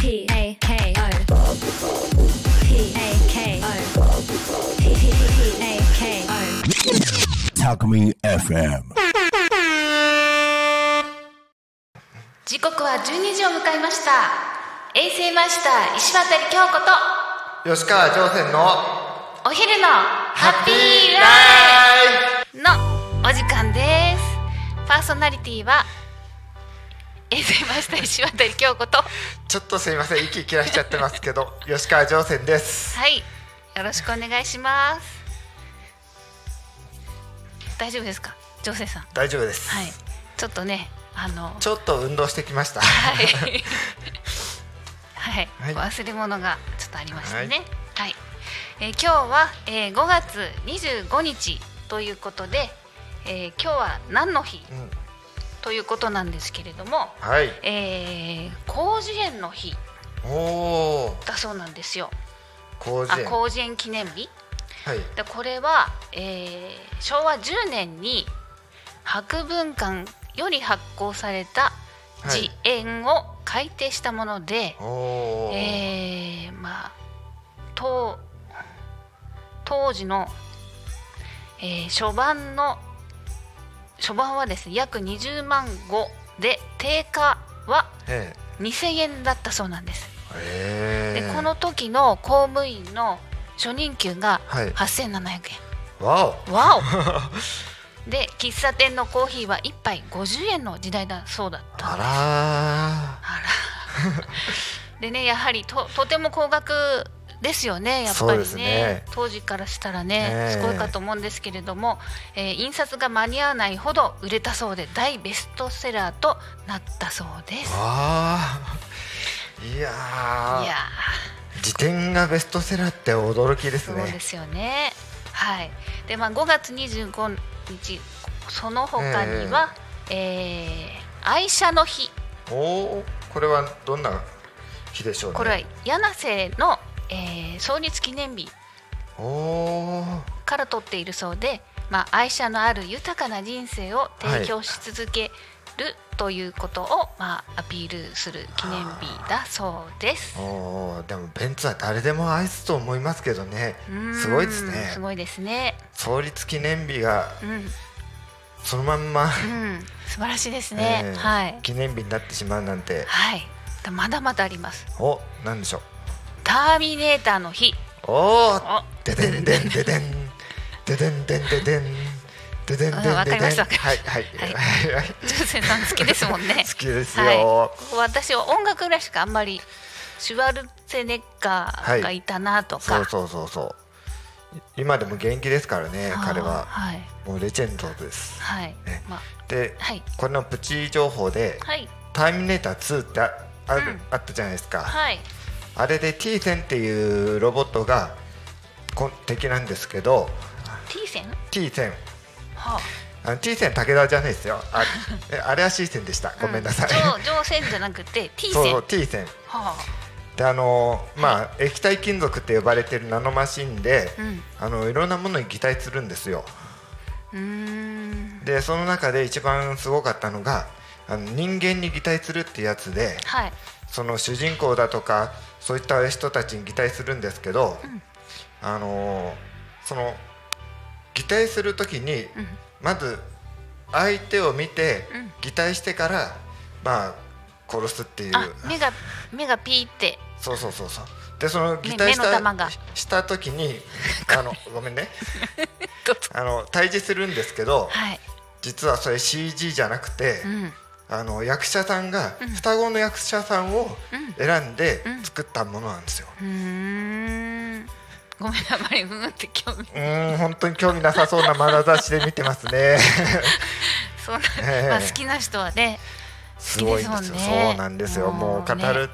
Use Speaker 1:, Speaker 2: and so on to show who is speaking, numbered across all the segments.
Speaker 1: P A K O P A K O P A K O
Speaker 2: Talk FM.
Speaker 3: 時刻は12時を迎えました衛星マイスター石渡京子と
Speaker 4: 吉川上船のハ
Speaker 3: お昼のハッピー
Speaker 4: ライ
Speaker 3: ライブのお時間ですパーソナリティは衛星マイスター石渡京子とは
Speaker 4: フちょっとすいません息切らしちゃってます けど吉川上船です
Speaker 3: いよろしくお願いします大丈夫ですか女性さん
Speaker 4: 大丈夫です、
Speaker 3: はいちょっとねあの
Speaker 4: ちょっと運動してきました
Speaker 3: はい はい、
Speaker 4: はい
Speaker 3: 忘れ物がちょっとありましたね。はい、えー今日は、えー5月25日ということで、えー今日は何の日、
Speaker 4: ん
Speaker 3: ということなんですけれども、
Speaker 4: はい
Speaker 3: えー工事園の日
Speaker 4: おお
Speaker 3: だそうなんですよ。
Speaker 4: 工事
Speaker 3: あ、
Speaker 4: 園は
Speaker 3: 工事園記念日。
Speaker 4: い
Speaker 3: でこれは、えー昭和10年に博文館より発行された
Speaker 4: は
Speaker 3: 自
Speaker 4: い
Speaker 3: 演を改訂したもので、
Speaker 4: おお、
Speaker 3: えーまあ当当時の、えー初版の初版はですね約20万語で定価は
Speaker 4: え
Speaker 3: 2000円だったそうなんです。
Speaker 4: ええ
Speaker 3: で
Speaker 4: え
Speaker 3: この時の公務員の初任給が
Speaker 4: はい
Speaker 3: 8700円。
Speaker 4: わ
Speaker 3: わ おで喫茶店のコーヒーは1杯50円の時代だそうだっ
Speaker 4: お
Speaker 3: た
Speaker 4: あ
Speaker 3: んです
Speaker 4: ら
Speaker 3: あらでねやはりととても高額ですよねやっ
Speaker 4: そ
Speaker 3: ぱ
Speaker 4: う
Speaker 3: り
Speaker 4: で
Speaker 3: ね
Speaker 4: すね
Speaker 3: 当時からしたらね
Speaker 4: ええ
Speaker 3: すごいかと思うんですけれども、えー印刷が間に合わないほど売れたそうで大ベストセラーとなったそうです。
Speaker 4: ーわーいやー
Speaker 3: いや
Speaker 4: 辞典がベストセラーって驚きで
Speaker 3: ー
Speaker 4: す
Speaker 3: そう
Speaker 4: ね
Speaker 3: ですよね。はい。でまあ5月25日その他には、えー愛車の日
Speaker 4: おおこれはどんな日でしょうね
Speaker 3: これは柳瀬の、えー創立記念日
Speaker 4: おおー
Speaker 3: から取っているそうで、まあ、愛車のある豊かな人生を提供し続けるということを、まあ、アピールする記念日だそうです。
Speaker 4: おーでもベンツは誰でも愛すと思いますけどね
Speaker 3: うん
Speaker 4: すごいです
Speaker 3: す
Speaker 4: ね
Speaker 3: ごいですね。
Speaker 4: 創立記念日が
Speaker 3: うん、
Speaker 4: そのまんま、
Speaker 3: うん、素晴らしいですね。
Speaker 4: えー
Speaker 3: はい。
Speaker 4: 記念日になってしまうなんて
Speaker 3: はい。まだまだあります。
Speaker 4: おなんでしょう
Speaker 3: ターミネーターの日。
Speaker 4: お
Speaker 3: あ
Speaker 4: ーででんでんででんででんでんででんででんでんででん
Speaker 3: うんわかりましたわかりま
Speaker 4: はい
Speaker 3: したは
Speaker 4: はい
Speaker 3: い
Speaker 4: はいはい
Speaker 3: 女性さん好きですもんね
Speaker 4: 。好きです
Speaker 3: はい、
Speaker 4: よ
Speaker 3: ここ私は音楽ぐらいしかあんまりシュワルツェネッガーがいたなとか、
Speaker 4: そうそうそうそう今でも元気ですからね
Speaker 3: あー
Speaker 4: 彼は
Speaker 3: はい
Speaker 4: もうレジェンドです
Speaker 3: はい、
Speaker 4: ね
Speaker 3: まあ
Speaker 4: で、
Speaker 3: はい
Speaker 4: これのプチ情報で
Speaker 3: はい
Speaker 4: 「ターミネーター2」ってあある
Speaker 3: うん
Speaker 4: あったじゃないですか、
Speaker 3: はい
Speaker 4: あれで T 線っていうロボットがこん敵なんですけど
Speaker 3: T 線
Speaker 4: T 線
Speaker 3: はあ
Speaker 4: あの T 線武田じゃないですよあ えあれは C 線でしたごめんなさい、
Speaker 3: うん上上線じゃなく て T
Speaker 4: そう
Speaker 3: 線
Speaker 4: そう
Speaker 3: は
Speaker 4: T 線
Speaker 3: あ
Speaker 4: であのーまあ液体金属って呼ばれてるナノマシンで、
Speaker 3: うん
Speaker 4: あのいろんなものに擬態するんですよ
Speaker 3: うーん
Speaker 4: でその中で一番すごかったのがあの人間に擬態するってやつで
Speaker 3: はい
Speaker 4: その主人公だとかそういった人たちに擬態するんですけど、あのーその擬態する時に、まず相手を見て、
Speaker 3: ん
Speaker 4: 擬態してからまあ殺すっていう
Speaker 3: あ目が目がピーって
Speaker 4: そうそうそうそうでその擬
Speaker 3: 目
Speaker 4: 態した
Speaker 3: 目の玉が
Speaker 4: した 時にあのごめんね
Speaker 3: どうぞ
Speaker 4: あの対峙するんですけど、
Speaker 3: はい
Speaker 4: 実はそれ CG じゃなくて。
Speaker 3: うん
Speaker 4: あの役者さんが、
Speaker 3: うん
Speaker 4: 双子の役者さんを
Speaker 3: うん
Speaker 4: 選んで
Speaker 3: うん
Speaker 4: 作ったものなんですよ。
Speaker 3: うーんごめんあんまりうんって興味
Speaker 4: うーん本当に興味なさそうな眼差しで見てますね。
Speaker 3: そんな、
Speaker 4: ええ
Speaker 3: まあ好きな人はね
Speaker 4: すごいんで す
Speaker 3: 好きで
Speaker 4: よ。
Speaker 3: すもんね
Speaker 4: そうなんです
Speaker 3: も
Speaker 4: よ。
Speaker 3: う
Speaker 4: もう語
Speaker 3: ね
Speaker 4: る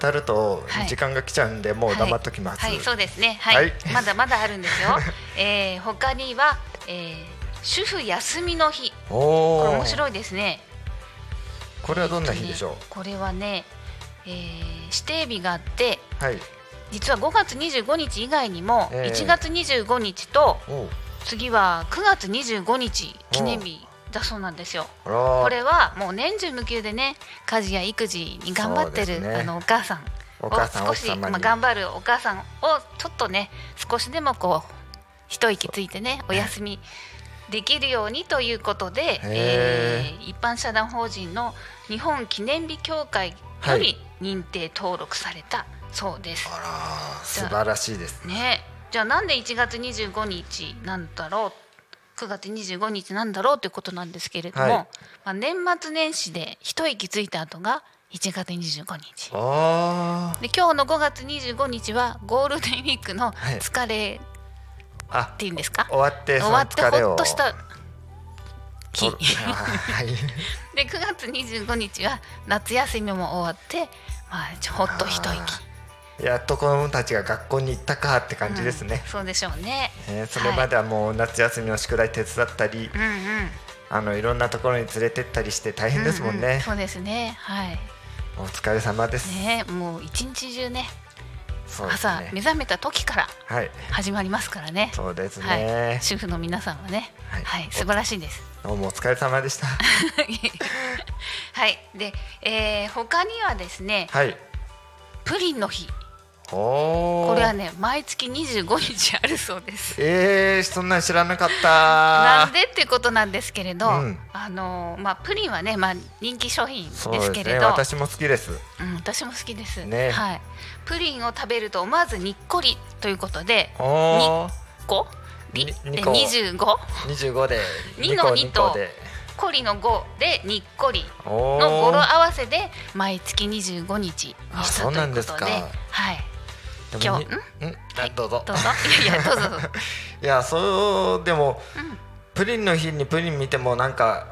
Speaker 4: 語ると
Speaker 3: はい
Speaker 4: 時間が来ちゃうんで、もう黙っときます。
Speaker 3: はい、はいそうですね。はい、
Speaker 4: はい
Speaker 3: まだまだあるんです よ。えー、他には、えー、主婦休みの日、
Speaker 4: お
Speaker 3: これ
Speaker 4: お
Speaker 3: 面。白いですね。
Speaker 4: これはどんな日でしょう
Speaker 3: ね。これはね、えー、指定日があって、
Speaker 4: はい。
Speaker 3: 実は5月25日以外にも、
Speaker 4: ええ
Speaker 3: 1月25日と
Speaker 4: おう
Speaker 3: 次は9月25日記念日だそうなんですよ。
Speaker 4: あら
Speaker 3: これはもう年中無休でね家事や育児に頑張って
Speaker 4: そうで
Speaker 3: る、
Speaker 4: すね
Speaker 3: あのお母さん
Speaker 4: お
Speaker 3: を
Speaker 4: 母さん
Speaker 3: 少し
Speaker 4: 奥様に
Speaker 3: まあ、頑張るお母さんをちょっとね少しでもこう一息ついてねお休みできるようにということで、え
Speaker 4: へ
Speaker 3: ー一般社団法人の日本記念日協会よ
Speaker 4: は
Speaker 3: り
Speaker 4: い
Speaker 3: 認定登録されたそうです。
Speaker 4: あら素晴らしいです
Speaker 3: ねじゃあなんで1月25日なんだろう9月25日なんだろうということなんですけれども、
Speaker 4: はい
Speaker 3: まあ、年末年始で一息ついた後が1月25日
Speaker 4: あ
Speaker 3: で今日の5月25日はゴールデンウィークの
Speaker 4: はい
Speaker 3: 疲れ
Speaker 4: ーあ
Speaker 3: っていうんですか、
Speaker 4: 終わってそ
Speaker 3: 終
Speaker 4: の
Speaker 3: わって
Speaker 4: 疲れ
Speaker 3: ほ
Speaker 4: を
Speaker 3: っとした日
Speaker 4: とはい
Speaker 3: で9月25日は夏休みも終わって、まあ、ちょほっと一息
Speaker 4: あやっと子供たちが学校に行ったかって感じですね
Speaker 3: うん、そうでしょうね、
Speaker 4: えーそれまではもう夏休みの宿題手伝ったり、
Speaker 3: うんうん
Speaker 4: あのいろんなところに連れてったりして大変ですもん
Speaker 3: うう
Speaker 4: ね、
Speaker 3: そうですねはい
Speaker 4: お疲れ様です、
Speaker 3: ねもう一日中ね
Speaker 4: そうです
Speaker 3: 朝目
Speaker 4: ね
Speaker 3: 覚めた時から
Speaker 4: はい
Speaker 3: 始まりますからね
Speaker 4: そうですね、
Speaker 3: はい、主婦の皆さんはね、は
Speaker 4: はいい
Speaker 3: 素晴らしいです。
Speaker 4: どうもお疲れ様でした
Speaker 3: はいで、えー、他にはですね
Speaker 4: はい
Speaker 3: プリンの日
Speaker 4: おお
Speaker 3: これはね毎月25日あるそうです。
Speaker 4: えー、そんなん知らなかった
Speaker 3: なんでっていうことなんですけれど、
Speaker 4: うん
Speaker 3: あのーまあ、プリンはね、まあ、人気商品
Speaker 4: そうで
Speaker 3: ですすけれ
Speaker 4: ね
Speaker 3: ど
Speaker 4: 私も好きです
Speaker 3: うん、私も好きです、
Speaker 4: ね
Speaker 3: はい、プリンを食べると思わずにっこりということで
Speaker 4: おお
Speaker 3: こり
Speaker 4: に
Speaker 3: で
Speaker 4: にこ
Speaker 3: 25?
Speaker 4: 25で
Speaker 3: 二の二と
Speaker 4: 二個で
Speaker 3: コリの5でにっこり
Speaker 4: お
Speaker 3: の語
Speaker 4: お
Speaker 3: 呂合わせで毎月25日に
Speaker 4: あ
Speaker 3: した
Speaker 4: そ
Speaker 3: と
Speaker 4: うないん
Speaker 3: う
Speaker 4: で
Speaker 3: こ
Speaker 4: す
Speaker 3: と
Speaker 4: か
Speaker 3: ではい今日
Speaker 4: んんあどうぞ
Speaker 3: どうぞいやいやどうぞどうぞ
Speaker 4: いやそうでも、
Speaker 3: ん
Speaker 4: プリンの日にプリン見てもなんか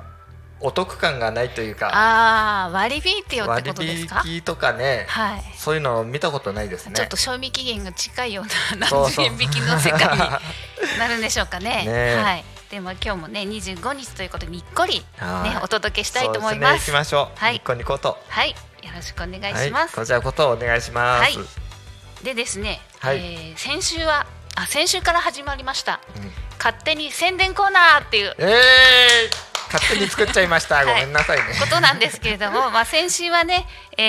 Speaker 4: お得感がないというか
Speaker 3: ああ割り引いてよって
Speaker 4: 割
Speaker 3: ことですか
Speaker 4: 引とかね、
Speaker 3: はい、
Speaker 4: そういうのを見たことないですね
Speaker 3: ちょっと賞味期限が近いような何
Speaker 4: そう
Speaker 3: 十
Speaker 4: そう
Speaker 3: 円引きの世界になるんでしょうかね
Speaker 4: ねえ
Speaker 3: はいでも今日もね25日ということでにっこりね
Speaker 4: はい
Speaker 3: お届けしたいと思います
Speaker 4: そうですね、行きましょう、
Speaker 3: はい
Speaker 4: ニッコニコと
Speaker 3: はいよろしくお願いします、
Speaker 4: こちらこそお願いします、
Speaker 3: はいでですね、
Speaker 4: はい
Speaker 3: えー先週はあ先週から始まりました、
Speaker 4: うん
Speaker 3: 勝手に宣伝コーナーっていう
Speaker 4: えー、勝手に作っちゃい ました、
Speaker 3: い
Speaker 4: ごめんなさいね
Speaker 3: ことなんですけれども、まあ先週はね、え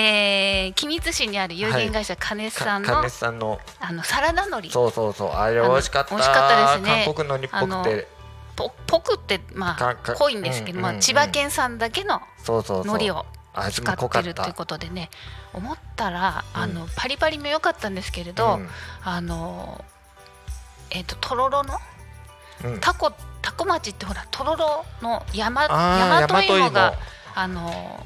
Speaker 3: ー、君津市にある有限会社金
Speaker 4: か
Speaker 3: さんの、
Speaker 4: 亀さんの
Speaker 3: あのサラダ海苔
Speaker 4: そうそうそうあれ
Speaker 3: あ
Speaker 4: 美
Speaker 3: の
Speaker 4: 味しかった
Speaker 3: 美味しかったですね
Speaker 4: 韓国の日っぽくて
Speaker 3: ぽぽくってまあ
Speaker 4: かか
Speaker 3: 濃いんですけど、
Speaker 4: うん
Speaker 3: まあ
Speaker 4: うんうん
Speaker 3: 千葉県産だけの
Speaker 4: そうそうそう
Speaker 3: 海苔を
Speaker 4: 味
Speaker 3: 使
Speaker 4: も濃
Speaker 3: っ
Speaker 4: か
Speaker 3: て
Speaker 4: っ
Speaker 3: る
Speaker 4: た
Speaker 3: ということでね、思ったらあのパリパリも良かったんですけれど、あのえっ、ととろろの
Speaker 4: うんうん
Speaker 3: タコタコ町ってほらとろろの山
Speaker 4: あー
Speaker 3: 大和芋が
Speaker 4: 大和
Speaker 3: あの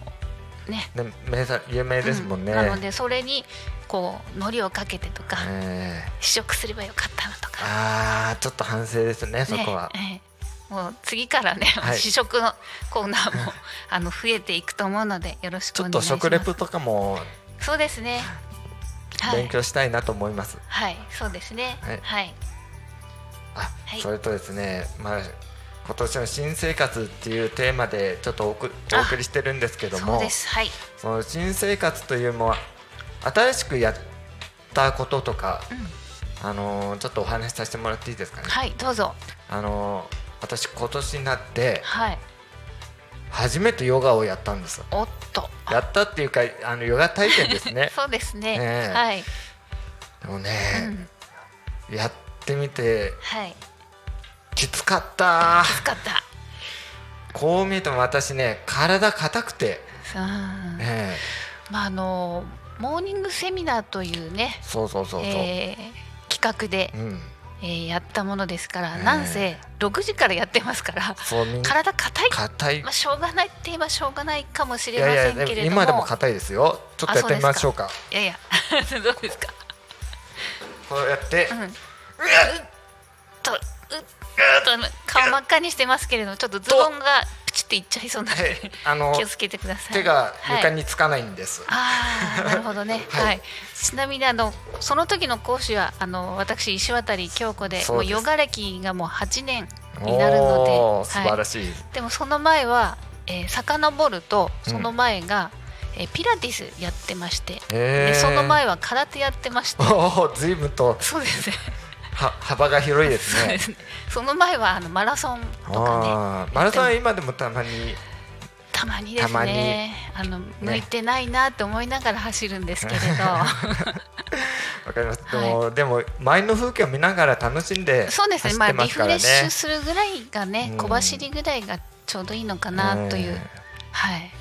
Speaker 3: ね
Speaker 4: ね、名産有名ですもんね、
Speaker 3: うんなのでそれにこう海苔をかけてとか、
Speaker 4: えー
Speaker 3: 試食すればよかったなとか、
Speaker 4: あーちょっと反省ですねそ
Speaker 3: ね
Speaker 4: こは、
Speaker 3: ええもう次からね、
Speaker 4: はい
Speaker 3: 試食のコーナーもあの増えていくと思うの でよろしく
Speaker 4: ち
Speaker 3: お
Speaker 4: ょ
Speaker 3: 願
Speaker 4: っ
Speaker 3: いしま
Speaker 4: と
Speaker 3: す。
Speaker 4: 食レポとかも
Speaker 3: そうですね。は
Speaker 4: 勉
Speaker 3: い、
Speaker 4: 強したいなと思います、
Speaker 3: はい、そうですね。は
Speaker 4: はいい、あ、
Speaker 3: はい
Speaker 4: それとですね、まあ、今年の新生活っていうテーマでちょっとおく
Speaker 3: あ
Speaker 4: お送りしてるんですけど
Speaker 3: そう
Speaker 4: も
Speaker 3: です。はい、
Speaker 4: その新生活というのは新しくやったこととか、あのーちょっとお話しさせてもらっていいですかね、
Speaker 3: はい、どうぞ。
Speaker 4: あのー私今年になって
Speaker 3: はい、
Speaker 4: 初めてヨガをやったんです
Speaker 3: おっと。
Speaker 4: やったっていうかあのヨガ体験ですね
Speaker 3: そうですね。
Speaker 4: ねえ
Speaker 3: はい、
Speaker 4: でもね、やってみて
Speaker 3: はい、
Speaker 4: きつかった
Speaker 3: よかった。
Speaker 4: こう見えても私ね体硬くて、
Speaker 3: うん
Speaker 4: ね、
Speaker 3: まああのモーニングセミナーというね、
Speaker 4: そうそうそうそう、
Speaker 3: えー企画で、
Speaker 4: うん
Speaker 3: えーやったものですから、
Speaker 4: ええ
Speaker 3: なんせ6時からやってますから
Speaker 4: そうみんな
Speaker 3: 体硬い、
Speaker 4: 硬い
Speaker 3: まあ、しょうがないって言えばしょうがないかもし
Speaker 4: い
Speaker 3: れま
Speaker 4: や
Speaker 3: せ
Speaker 4: い
Speaker 3: んけれど
Speaker 4: や
Speaker 3: も
Speaker 4: 今でも硬いですよちょっとやってみましょうか
Speaker 3: いやいや どうですか、
Speaker 4: こうやって、
Speaker 3: うん、うっとうっとあの顔真っ赤にしてますけれどもちょっとズボンがプチっていっちゃいそうなん
Speaker 4: はい
Speaker 3: で
Speaker 4: あの
Speaker 3: 気をつけてください
Speaker 4: 手が床
Speaker 3: はい
Speaker 4: につかないんです、
Speaker 3: ああなるほどね、はい
Speaker 4: はい
Speaker 3: ちなみにあのその時の講師はあの私石渡京子で
Speaker 4: そう
Speaker 3: もう
Speaker 4: です
Speaker 3: ヨガ歴がもう8年
Speaker 4: お
Speaker 3: になるので、
Speaker 4: おー素
Speaker 3: はい
Speaker 4: 晴らしい、
Speaker 3: でもその前は、えー、遡るとその前が、えーピラティスやってまして、
Speaker 4: へ
Speaker 3: で
Speaker 4: ー
Speaker 3: その前は空手やってまして
Speaker 4: おお随分と
Speaker 3: そうですね
Speaker 4: は幅が広いです
Speaker 3: そう
Speaker 4: ね
Speaker 3: ですねその前はあのマラソンとかね
Speaker 4: あーマラソンは今でもたまに
Speaker 3: たたまにで
Speaker 4: た
Speaker 3: す
Speaker 4: まに
Speaker 3: ねあの向いてないなと思いながら走るんです けれど
Speaker 4: わかります。でも、でも周りの風景を見ながら楽しんで
Speaker 3: そう
Speaker 4: 走
Speaker 3: ですね
Speaker 4: っ
Speaker 3: まあ
Speaker 4: てま
Speaker 3: リ
Speaker 4: す
Speaker 3: フ
Speaker 4: か
Speaker 3: レ
Speaker 4: ら
Speaker 3: ッ
Speaker 4: ね。
Speaker 3: シュするぐらいがね
Speaker 4: うん
Speaker 3: 小走りぐらいがちょうどいいのかなという、
Speaker 4: うん
Speaker 3: はい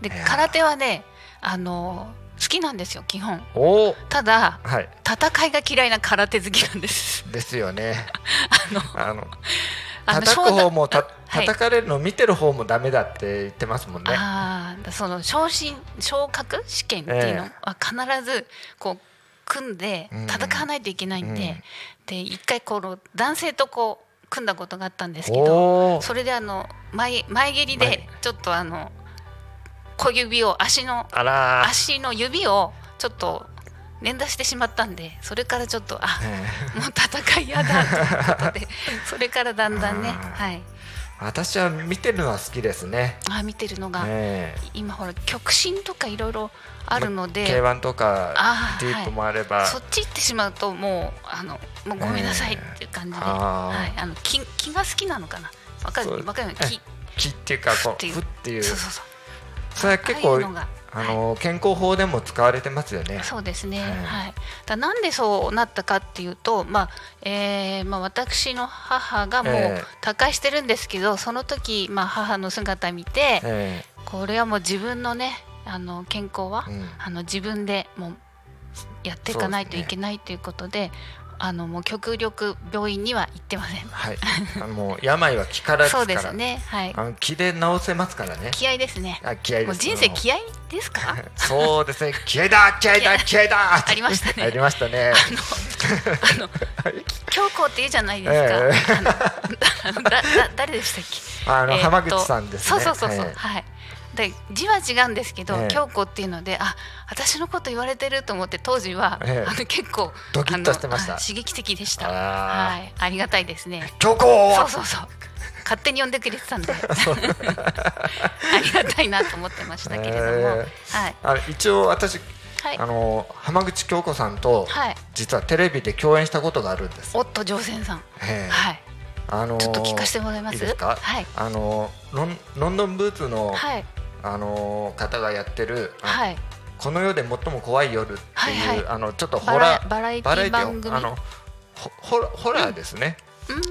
Speaker 3: で
Speaker 4: いやー
Speaker 3: 空手はねあの好きなんですよ基本
Speaker 4: おお、
Speaker 3: ただ
Speaker 4: はい、
Speaker 3: 戦いが嫌いな空手好きなんです
Speaker 4: ですよね。
Speaker 3: あの
Speaker 4: あの
Speaker 3: あの
Speaker 4: 叩く方もた
Speaker 3: はい
Speaker 4: 叩かれるのを見てる方もダメだって言ってますもんね。
Speaker 3: ああその昇進昇格試験っていうの
Speaker 4: え
Speaker 3: は必ずこう組んで
Speaker 4: うん
Speaker 3: 戦わないといけないんで、
Speaker 4: うん
Speaker 3: で一回この男性とこう組んだことがあったんですけど
Speaker 4: おお、
Speaker 3: それであの前前蹴りで
Speaker 4: 前
Speaker 3: ちょっとあの小指を足の
Speaker 4: あらー、
Speaker 3: 足の指をちょっと連打してしまったんでそれからちょっとあ
Speaker 4: え
Speaker 3: もう戦いやだということでそれからだんだんね
Speaker 4: あー
Speaker 3: はい
Speaker 4: ー私は見てるのは好きですね。
Speaker 3: あー見てるのが。
Speaker 4: ええ
Speaker 3: 今ほら極真とかいろいろあるので、
Speaker 4: まあ K1 とか
Speaker 3: あー
Speaker 4: ディープもあれば、
Speaker 3: そっち行ってしまうともうあのもうごめんなさいっていう感じで、
Speaker 4: えーあー
Speaker 3: はい、あの気気が好きなのかなわか
Speaker 4: そ
Speaker 3: る
Speaker 4: う
Speaker 3: わかるよ
Speaker 4: ええ
Speaker 3: 気
Speaker 4: 木っていうかこ
Speaker 3: って
Speaker 4: う
Speaker 3: いう
Speaker 4: ふっていう
Speaker 3: そうそうそ
Speaker 4: それは
Speaker 3: う
Speaker 4: 結
Speaker 3: ああ
Speaker 4: 構
Speaker 3: いうのが
Speaker 4: あの健康法でも使われてますよね。
Speaker 3: そうですね、
Speaker 4: ええ
Speaker 3: はい、だなんでそうなったかっていうと、まあえーまあ、私の母がもう
Speaker 4: ええ
Speaker 3: 他界してるんですけど、その時、まあ、母の姿見て、
Speaker 4: え
Speaker 3: これはもう自分のねあの健康は
Speaker 4: えうん
Speaker 3: あの自分でもうやっていかないといけないということであのもう極力病院には行ってません。
Speaker 4: はい、あもう病は気からです
Speaker 3: そ
Speaker 4: か
Speaker 3: うです
Speaker 4: ら、
Speaker 3: ね、はい、
Speaker 4: あの気で治せますからね。
Speaker 3: 気合ですね。
Speaker 4: あ気合い
Speaker 3: も
Speaker 4: で
Speaker 3: う
Speaker 4: す。
Speaker 3: 人生気合ですか？
Speaker 4: そうですね。気合だ、気合だ、気合だ。
Speaker 3: ありましたね
Speaker 4: ありましたね。
Speaker 3: あの強行って言うじゃないですか。あのだだ誰でしたっけ？
Speaker 4: あの
Speaker 3: えーっと
Speaker 4: 浜口さんですね。
Speaker 3: そうそうそうそう、
Speaker 4: はい
Speaker 3: はい。で字は違うんですけど、
Speaker 4: ええ
Speaker 3: 強行っていうので、あ、私のこと言われてると思って当時は、
Speaker 4: ええ
Speaker 3: あの結構
Speaker 4: ドキッとしてまし
Speaker 3: あの
Speaker 4: た
Speaker 3: はい刺激的でした。
Speaker 4: あ
Speaker 3: はい、ありがたいですね。
Speaker 4: 強行。
Speaker 3: そうそうそう。勝手に呼んでくれてたん で。 ありがたいなと思ってましたけれども。
Speaker 4: え
Speaker 3: はい。
Speaker 4: あの一応私、
Speaker 3: はい
Speaker 4: あ。の浜口京子さんと、
Speaker 3: はい
Speaker 4: 実はテレビで共演したことがあるんです。
Speaker 3: おっと、乗船さん。
Speaker 4: ええ
Speaker 3: はい。
Speaker 4: あの
Speaker 3: ちょっと聞かせてもらえます
Speaker 4: いですか。
Speaker 3: はい
Speaker 4: あのロンロンドンブーツの、
Speaker 3: はい。
Speaker 4: あの方がやってる、あ
Speaker 3: はい。
Speaker 4: この世で最も怖い夜っていう、
Speaker 3: はいはい
Speaker 4: あのちょっと
Speaker 3: バ
Speaker 4: ホ
Speaker 3: ラ
Speaker 4: ラー
Speaker 3: バラエテ
Speaker 4: バラエ
Speaker 3: ィ
Speaker 4: ティ
Speaker 3: 番組。
Speaker 4: あのほホラホラーですね、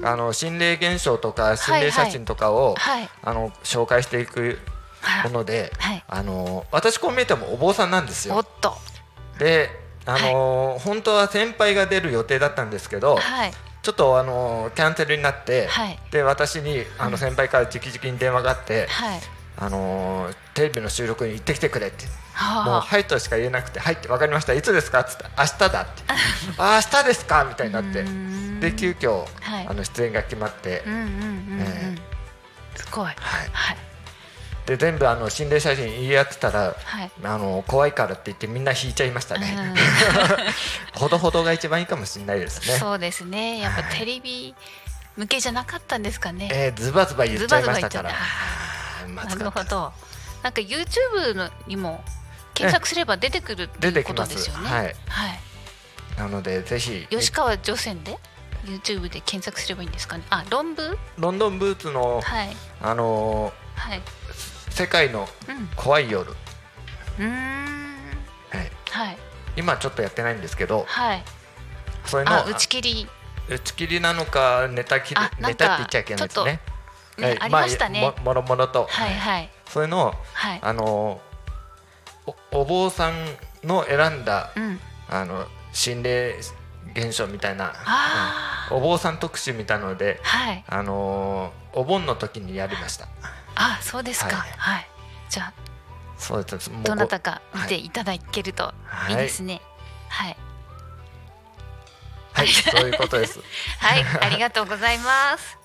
Speaker 3: うん
Speaker 4: あの心霊現象とか心霊写真とかを、
Speaker 3: はい。
Speaker 4: あの紹介していくもので、
Speaker 3: はい
Speaker 4: あの私こう見えてもお坊さんなんです
Speaker 3: お
Speaker 4: よ
Speaker 3: っと。
Speaker 4: であの、本当は先輩が出る予定だったんですけど、
Speaker 3: はい。
Speaker 4: ちょっとあのキャンセルになって、
Speaker 3: はい
Speaker 4: で私にあの先輩から直々に電話があって、
Speaker 3: はい。
Speaker 4: あのテレビの収録に行ってきてくれって。もう「
Speaker 3: は
Speaker 4: はい」としか言えなくて「はい」って「分かりましたいつですか?」っつって「明日 だ」って「あー明日ですか?」みたいになって
Speaker 3: ん
Speaker 4: で急遽、
Speaker 3: はい
Speaker 4: あの出演が決まって、
Speaker 3: あ。うんうんうんう
Speaker 4: え
Speaker 3: ん。すごい。はい。
Speaker 4: はい、
Speaker 3: はい。
Speaker 4: で全部あの心霊写真言い合ってたら、
Speaker 3: はい
Speaker 4: あの怖いからって言ってみんな引いちゃいました ね、
Speaker 3: うん
Speaker 4: ほどほどが一番いいかもしれないですね
Speaker 3: そうですね。やっぱテレビ向けじゃなかったんですかね。
Speaker 4: えー、ズバズバ言っちゃいました
Speaker 3: ズバズバ言っちゃっ
Speaker 4: から
Speaker 3: た
Speaker 4: あーま
Speaker 3: な
Speaker 4: ずか
Speaker 3: る
Speaker 4: った
Speaker 3: ほど。なんか YouTube のにも検索すれば出てくるって
Speaker 4: 出
Speaker 3: い
Speaker 4: て
Speaker 3: う
Speaker 4: き
Speaker 3: こと
Speaker 4: ま
Speaker 3: です
Speaker 4: す
Speaker 3: よね。
Speaker 4: はい
Speaker 3: はい。
Speaker 4: なのでぜひ
Speaker 3: 吉川除染で YouTube で検索すればいいんですかね。あ、論文？
Speaker 4: ロンドンブーツの、
Speaker 3: はい
Speaker 4: あの
Speaker 3: はい。
Speaker 4: ー世界の
Speaker 3: うん。
Speaker 4: 怖い夜」
Speaker 3: うーん。
Speaker 4: はい、
Speaker 3: はい
Speaker 4: 今ちょっとやってないんですけど
Speaker 3: はい。
Speaker 4: それの
Speaker 3: あ、打ち切り
Speaker 4: 打ち切りなのかネタ切り
Speaker 3: あなんか
Speaker 4: ネタって言っちゃいけないですね。
Speaker 3: ね
Speaker 4: はい
Speaker 3: ありましたね
Speaker 4: まあももろもろと、
Speaker 3: はいはい
Speaker 4: それの、
Speaker 3: はい。
Speaker 4: あのおお坊さんの選んだ、
Speaker 3: うん。
Speaker 4: あの心霊現象みたいな、
Speaker 3: あ
Speaker 4: うんお坊さん特集みたいので、
Speaker 3: はい。
Speaker 4: あのお盆の時にやりました。
Speaker 3: あ、そうですか。
Speaker 4: はい
Speaker 3: はい。じゃ
Speaker 4: そうです。も
Speaker 3: あ
Speaker 4: う
Speaker 3: どなた
Speaker 4: こ
Speaker 3: か見ていただけると
Speaker 4: はい
Speaker 3: いいですね。はい。
Speaker 4: はい、そういうことです。
Speaker 3: はい、ありがとうございます。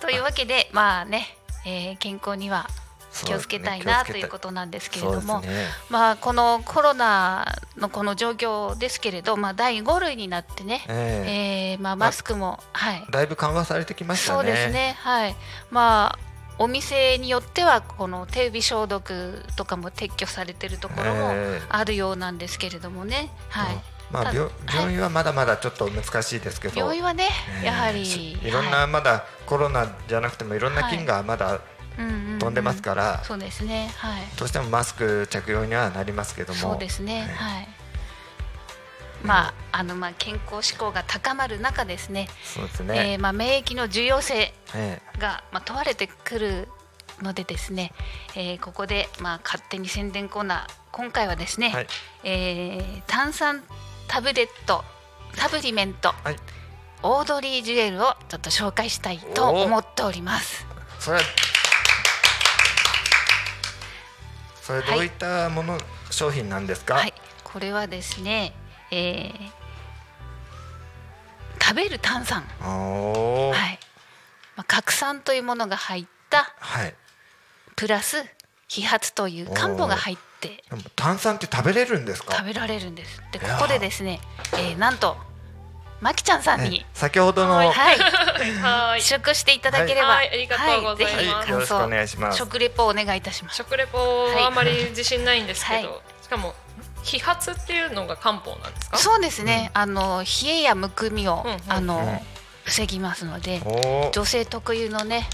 Speaker 3: というわけで、まあね、えー健康には 気をつけたいな、
Speaker 4: そ
Speaker 3: と
Speaker 4: うですね気をつけたい
Speaker 3: いうことなんですけれ
Speaker 4: そう
Speaker 3: ど
Speaker 4: です
Speaker 3: も、
Speaker 4: ね。
Speaker 3: まあこのコロナのこの状況ですけれど、まあ第5類になってね、
Speaker 4: ええ
Speaker 3: えーまあマスクもはい、
Speaker 4: だいぶ緩和されてきましたね。
Speaker 3: そうです。ね、はい、まあお店によってはこの手指消毒とかも撤去されてるところも
Speaker 4: ええ
Speaker 3: あるようなんですけれどもね、はい。
Speaker 4: まあ
Speaker 3: た
Speaker 4: 病病院はまだまだちょっと難しいですけど。
Speaker 3: 病院はね、やはり
Speaker 4: いろん
Speaker 3: は
Speaker 4: なまだコロナじゃなくてもいろんな菌がまだ
Speaker 3: うんうん
Speaker 4: 飛んでますから、
Speaker 3: そうですねはい
Speaker 4: どうしてもマスク着用にはなりますけども
Speaker 3: そうですね
Speaker 4: はい
Speaker 3: はいまああのまあ健康志向が高まる中ですね
Speaker 4: そうです
Speaker 3: え
Speaker 4: ね
Speaker 3: ー、まあ免疫の重要性
Speaker 4: え
Speaker 3: が、まあ、問われてくるのでですね、えーここで、まあ、勝手に宣伝コーナー今回はですね、
Speaker 4: はい
Speaker 3: えー炭酸タブレットサプリメント、
Speaker 4: はい
Speaker 3: オードリー・ジュエルをちょっと紹介したいと思っております。
Speaker 4: えそれはそれどういったもの、商品なんですか、
Speaker 3: はい、これはですね、えー食べる炭酸、
Speaker 4: おおー
Speaker 3: はいまあ、核酸というものが入った
Speaker 4: はい、
Speaker 3: プラス揮発という漢方が入って
Speaker 4: でも炭酸って食べれるんですか
Speaker 3: 食べられるんです。でこ
Speaker 4: いやー
Speaker 3: こでですね、えー、なんとまきちゃんさん
Speaker 4: え
Speaker 3: に、
Speaker 4: 先ほどの、
Speaker 3: はい、
Speaker 5: はい
Speaker 3: 試。食していただければ、
Speaker 5: はいはいありがとうございます
Speaker 3: はぜひ
Speaker 5: はい
Speaker 4: よ
Speaker 3: 感
Speaker 4: ろしくお願いしま
Speaker 3: 想、
Speaker 4: す
Speaker 3: 食レポをお願いいたします。
Speaker 5: 食レポはあまり自信ないんですけど、
Speaker 3: は
Speaker 5: しかも揮発っていうのが漢方なんですか？
Speaker 3: そうですね、あの冷えやむくみを、
Speaker 5: うんうん
Speaker 3: あの、
Speaker 4: うん
Speaker 3: 防ぎますので、
Speaker 4: おお
Speaker 3: 女性特有のね、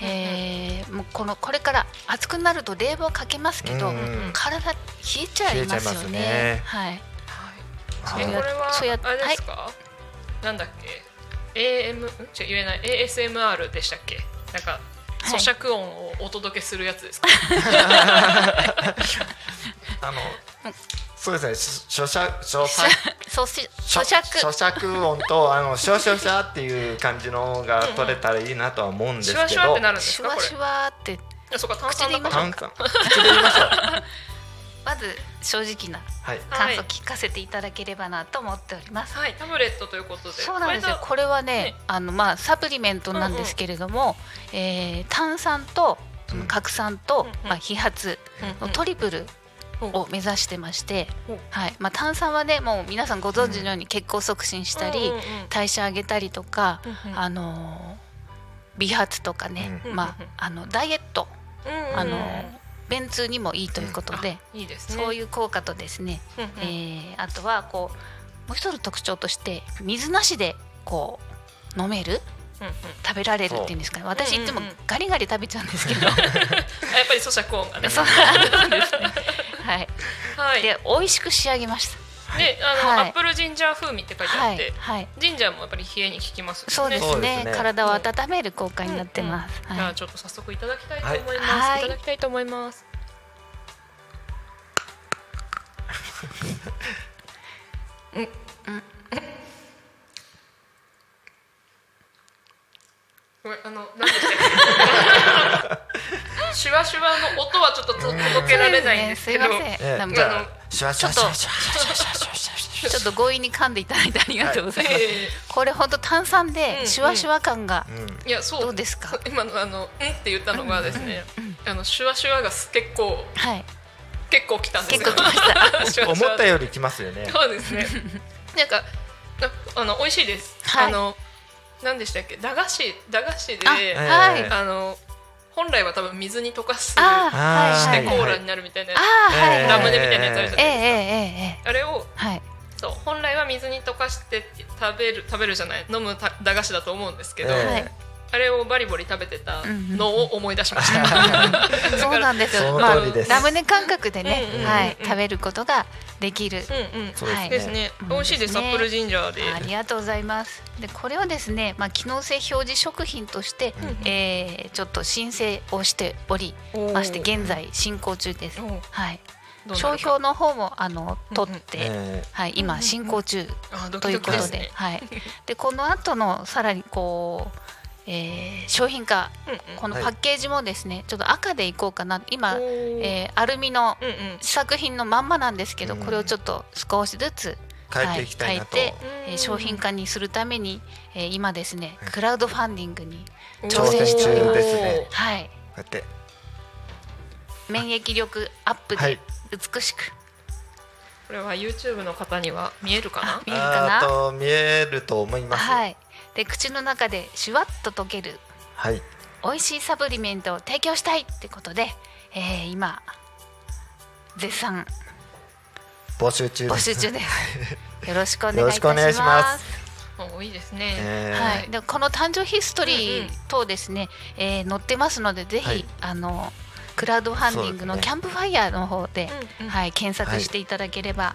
Speaker 3: えーもうこのこれから暑くなると冷房かけますけど、
Speaker 4: うん
Speaker 3: 体冷えちゃいますよ
Speaker 4: 冷えちゃいます
Speaker 3: ね。
Speaker 4: ね
Speaker 3: はい、
Speaker 5: え
Speaker 4: は
Speaker 5: こ
Speaker 4: い
Speaker 5: れ
Speaker 3: そうや
Speaker 5: はあれですか？なんだっけ？AM ん違う言えない ASMR でしたっけ？なんか
Speaker 3: はい
Speaker 5: 咀嚼音をお届けするやつですか？
Speaker 4: あのそうですねし咀嚼咀
Speaker 3: 咀咀
Speaker 4: 嚼
Speaker 3: 嚼咀
Speaker 4: 咀
Speaker 3: 嚼
Speaker 4: 咀嚼音とあのシュワシュワシュワっていう感じのが取れたらいいなとは思うんです
Speaker 5: シ
Speaker 4: け
Speaker 5: ュ
Speaker 4: ど
Speaker 5: ワシュワってなるんです
Speaker 3: シュ
Speaker 5: か？
Speaker 3: ワ
Speaker 5: こ
Speaker 3: シュワって
Speaker 5: れ。あそうか炭酸だか
Speaker 3: 口で言いま
Speaker 5: ら
Speaker 3: しょう
Speaker 4: 炭酸
Speaker 3: まず正直な
Speaker 4: はい
Speaker 3: 感想
Speaker 5: はい
Speaker 3: 聞かせていただければなと思っております。
Speaker 5: はい、タブレットということで。
Speaker 3: そうなんですよ
Speaker 5: 割。と
Speaker 3: これはね、
Speaker 5: ね
Speaker 3: あのまあサプリメントなんですけれども、えー炭酸とその核酸と、
Speaker 5: うんうん
Speaker 3: まあ揮発のトリプルを目指してまして、
Speaker 5: うん
Speaker 3: はい。まあ炭酸はねもう皆さんご存知のように血行促進したり、
Speaker 5: うんうんうん
Speaker 3: 代謝上げたりとか、
Speaker 5: うんうん
Speaker 3: あのー美髪とかね、
Speaker 5: うん
Speaker 3: まああのダイエット、
Speaker 5: うんうんうん
Speaker 3: あのー便通にもいいということで。
Speaker 5: あいいですね。
Speaker 3: そう
Speaker 5: う
Speaker 3: いう効果とですね、
Speaker 5: んうん
Speaker 3: えーあとはこうもう一つの特徴として水なしでこう飲める
Speaker 5: うんうん
Speaker 3: 食べられるっていうんですかね私いつも
Speaker 5: うんうんうん
Speaker 3: ガリガリ食べちゃうん ですけど
Speaker 5: あやっぱり咀嚼音がね。
Speaker 3: そうなんですねはい
Speaker 5: はい。
Speaker 3: で美味しく仕上げまし
Speaker 5: で、あの、
Speaker 3: はい
Speaker 5: アップルジンジャー風味って
Speaker 3: た
Speaker 5: 書いてあ
Speaker 3: は
Speaker 5: っ
Speaker 3: い
Speaker 5: て、
Speaker 3: はい
Speaker 5: ジンジャーもやっぱり冷えに効きますよね。
Speaker 3: そうですね
Speaker 4: そうですね
Speaker 3: 体を温める効果になってます、
Speaker 5: じゃ
Speaker 3: は
Speaker 5: あ
Speaker 3: い
Speaker 5: ちょっと早速いただきたいと思います。
Speaker 3: はい
Speaker 5: い、ただきたいと思います。うん。うん。ごめんあの何でしたっけシュワシュワの音はちょっと届けられないんですけど、
Speaker 3: そうねすいません、
Speaker 4: え
Speaker 3: な
Speaker 4: え
Speaker 3: ん
Speaker 4: じ
Speaker 3: か
Speaker 4: ゃあシュワシュワシュワシュワシュワシュワシュワシュワ
Speaker 3: ちょっと強引に噛んでいただいてありがとうございます、
Speaker 5: え
Speaker 3: これほんと炭酸
Speaker 5: う
Speaker 3: で
Speaker 5: ん
Speaker 3: シュワシュワ感が、
Speaker 5: えいやそう
Speaker 3: どうですか
Speaker 5: 今のあの「うん」って言ったのがですね、あのシュワシュワがす結構
Speaker 3: はい
Speaker 5: 結構きたんです
Speaker 3: 結構きました
Speaker 5: たシ ュワシュ
Speaker 4: 思
Speaker 5: ワ
Speaker 4: ったよりきますよね
Speaker 5: そうで すねなんかああの美味しいです、
Speaker 3: はい
Speaker 5: あの何でしたっけ駄菓子駄菓子で
Speaker 3: あ
Speaker 5: あ,、
Speaker 3: はい
Speaker 4: ええ
Speaker 5: の本来は多分水に溶かす
Speaker 3: あ
Speaker 5: し
Speaker 3: あは
Speaker 5: て
Speaker 3: い
Speaker 5: コ
Speaker 3: はい
Speaker 5: ーラになるみたいな、
Speaker 3: ああはいはい
Speaker 5: ラムネみたいなやつあるじゃ
Speaker 3: えええ
Speaker 5: ないですか、
Speaker 3: えええ
Speaker 5: あれを
Speaker 3: はい
Speaker 5: そう本来は水に溶かして食べる食べるじゃない飲むた駄菓子だと思うんですけど、
Speaker 4: ええ
Speaker 3: はい
Speaker 5: あれをバリバリ食べてたのを思い出しました。
Speaker 3: そうなんです
Speaker 4: そ
Speaker 3: よ。
Speaker 4: の
Speaker 3: まあ
Speaker 4: 通りです
Speaker 3: ラムネ感覚でね
Speaker 5: うんうんうんう、ん
Speaker 3: はい、食べることができる。
Speaker 5: うんうん。
Speaker 4: そうですね,、
Speaker 3: はい
Speaker 5: ですね。
Speaker 3: うん
Speaker 5: 美味しいです。
Speaker 3: で
Speaker 5: ア
Speaker 3: すね
Speaker 5: ップルジンジャーで。
Speaker 3: ありがとうございます。で、これはですね、まあ機能性表示食品として、えーちょっと申請をしておりまして、
Speaker 5: お
Speaker 3: 現在進行中です
Speaker 5: おー。
Speaker 3: はい。
Speaker 5: どうな
Speaker 3: 商
Speaker 5: るか
Speaker 3: 標の方もあの取っ
Speaker 4: え
Speaker 3: て、
Speaker 4: え
Speaker 3: はい、今進行中
Speaker 5: あド
Speaker 3: と
Speaker 5: キ
Speaker 3: い
Speaker 5: ド
Speaker 3: う
Speaker 5: キ
Speaker 3: ことで
Speaker 5: で
Speaker 3: す
Speaker 5: ね。
Speaker 3: はい。で、この後のさらにこう、えー商品化
Speaker 5: うんうん
Speaker 3: この
Speaker 4: はい
Speaker 3: パッケージもですね、ちょっと赤でいこうかな今
Speaker 5: お、ー
Speaker 3: えーアルミの
Speaker 5: うんうん
Speaker 3: 試作品のまんまなんですけど、
Speaker 4: うん
Speaker 3: これをちょっと少しずつ
Speaker 4: 変えていきたいなと、
Speaker 3: は変えて
Speaker 5: う
Speaker 3: えー
Speaker 5: ん
Speaker 3: 商品化にするために、えー今ですね
Speaker 4: はい
Speaker 3: クラウドファンディングに、
Speaker 4: 挑戦しております
Speaker 5: おー
Speaker 3: はい、
Speaker 4: こうやって
Speaker 3: 免疫力アップ
Speaker 4: は
Speaker 3: で
Speaker 4: い
Speaker 3: 美しく、
Speaker 5: これは YouTube の方には見えるかな
Speaker 3: 見えるかな
Speaker 4: あーと見えると思います、
Speaker 3: はいい、で口の中でシュワッと溶ける
Speaker 4: はい、
Speaker 3: 美味しいサプリメントを提供したいってことで、えー今絶賛
Speaker 4: 募集中
Speaker 3: 募
Speaker 4: です
Speaker 3: 集中です。よろしくお願いい
Speaker 4: よ
Speaker 3: た
Speaker 4: ろしくお願い
Speaker 3: し
Speaker 4: し
Speaker 3: ま。
Speaker 4: ます
Speaker 5: お多いですね。
Speaker 4: えー
Speaker 3: はい、でこの誕生ヒストリ
Speaker 5: うんうん
Speaker 3: ー等ですね、えー載ってますのでぜひ、
Speaker 4: はい
Speaker 3: あのクラウドファンディング
Speaker 4: そう
Speaker 3: の
Speaker 4: です
Speaker 3: キ
Speaker 4: ね
Speaker 3: ャンプファイヤーの方で
Speaker 5: うんうん
Speaker 3: はい、検索していただければ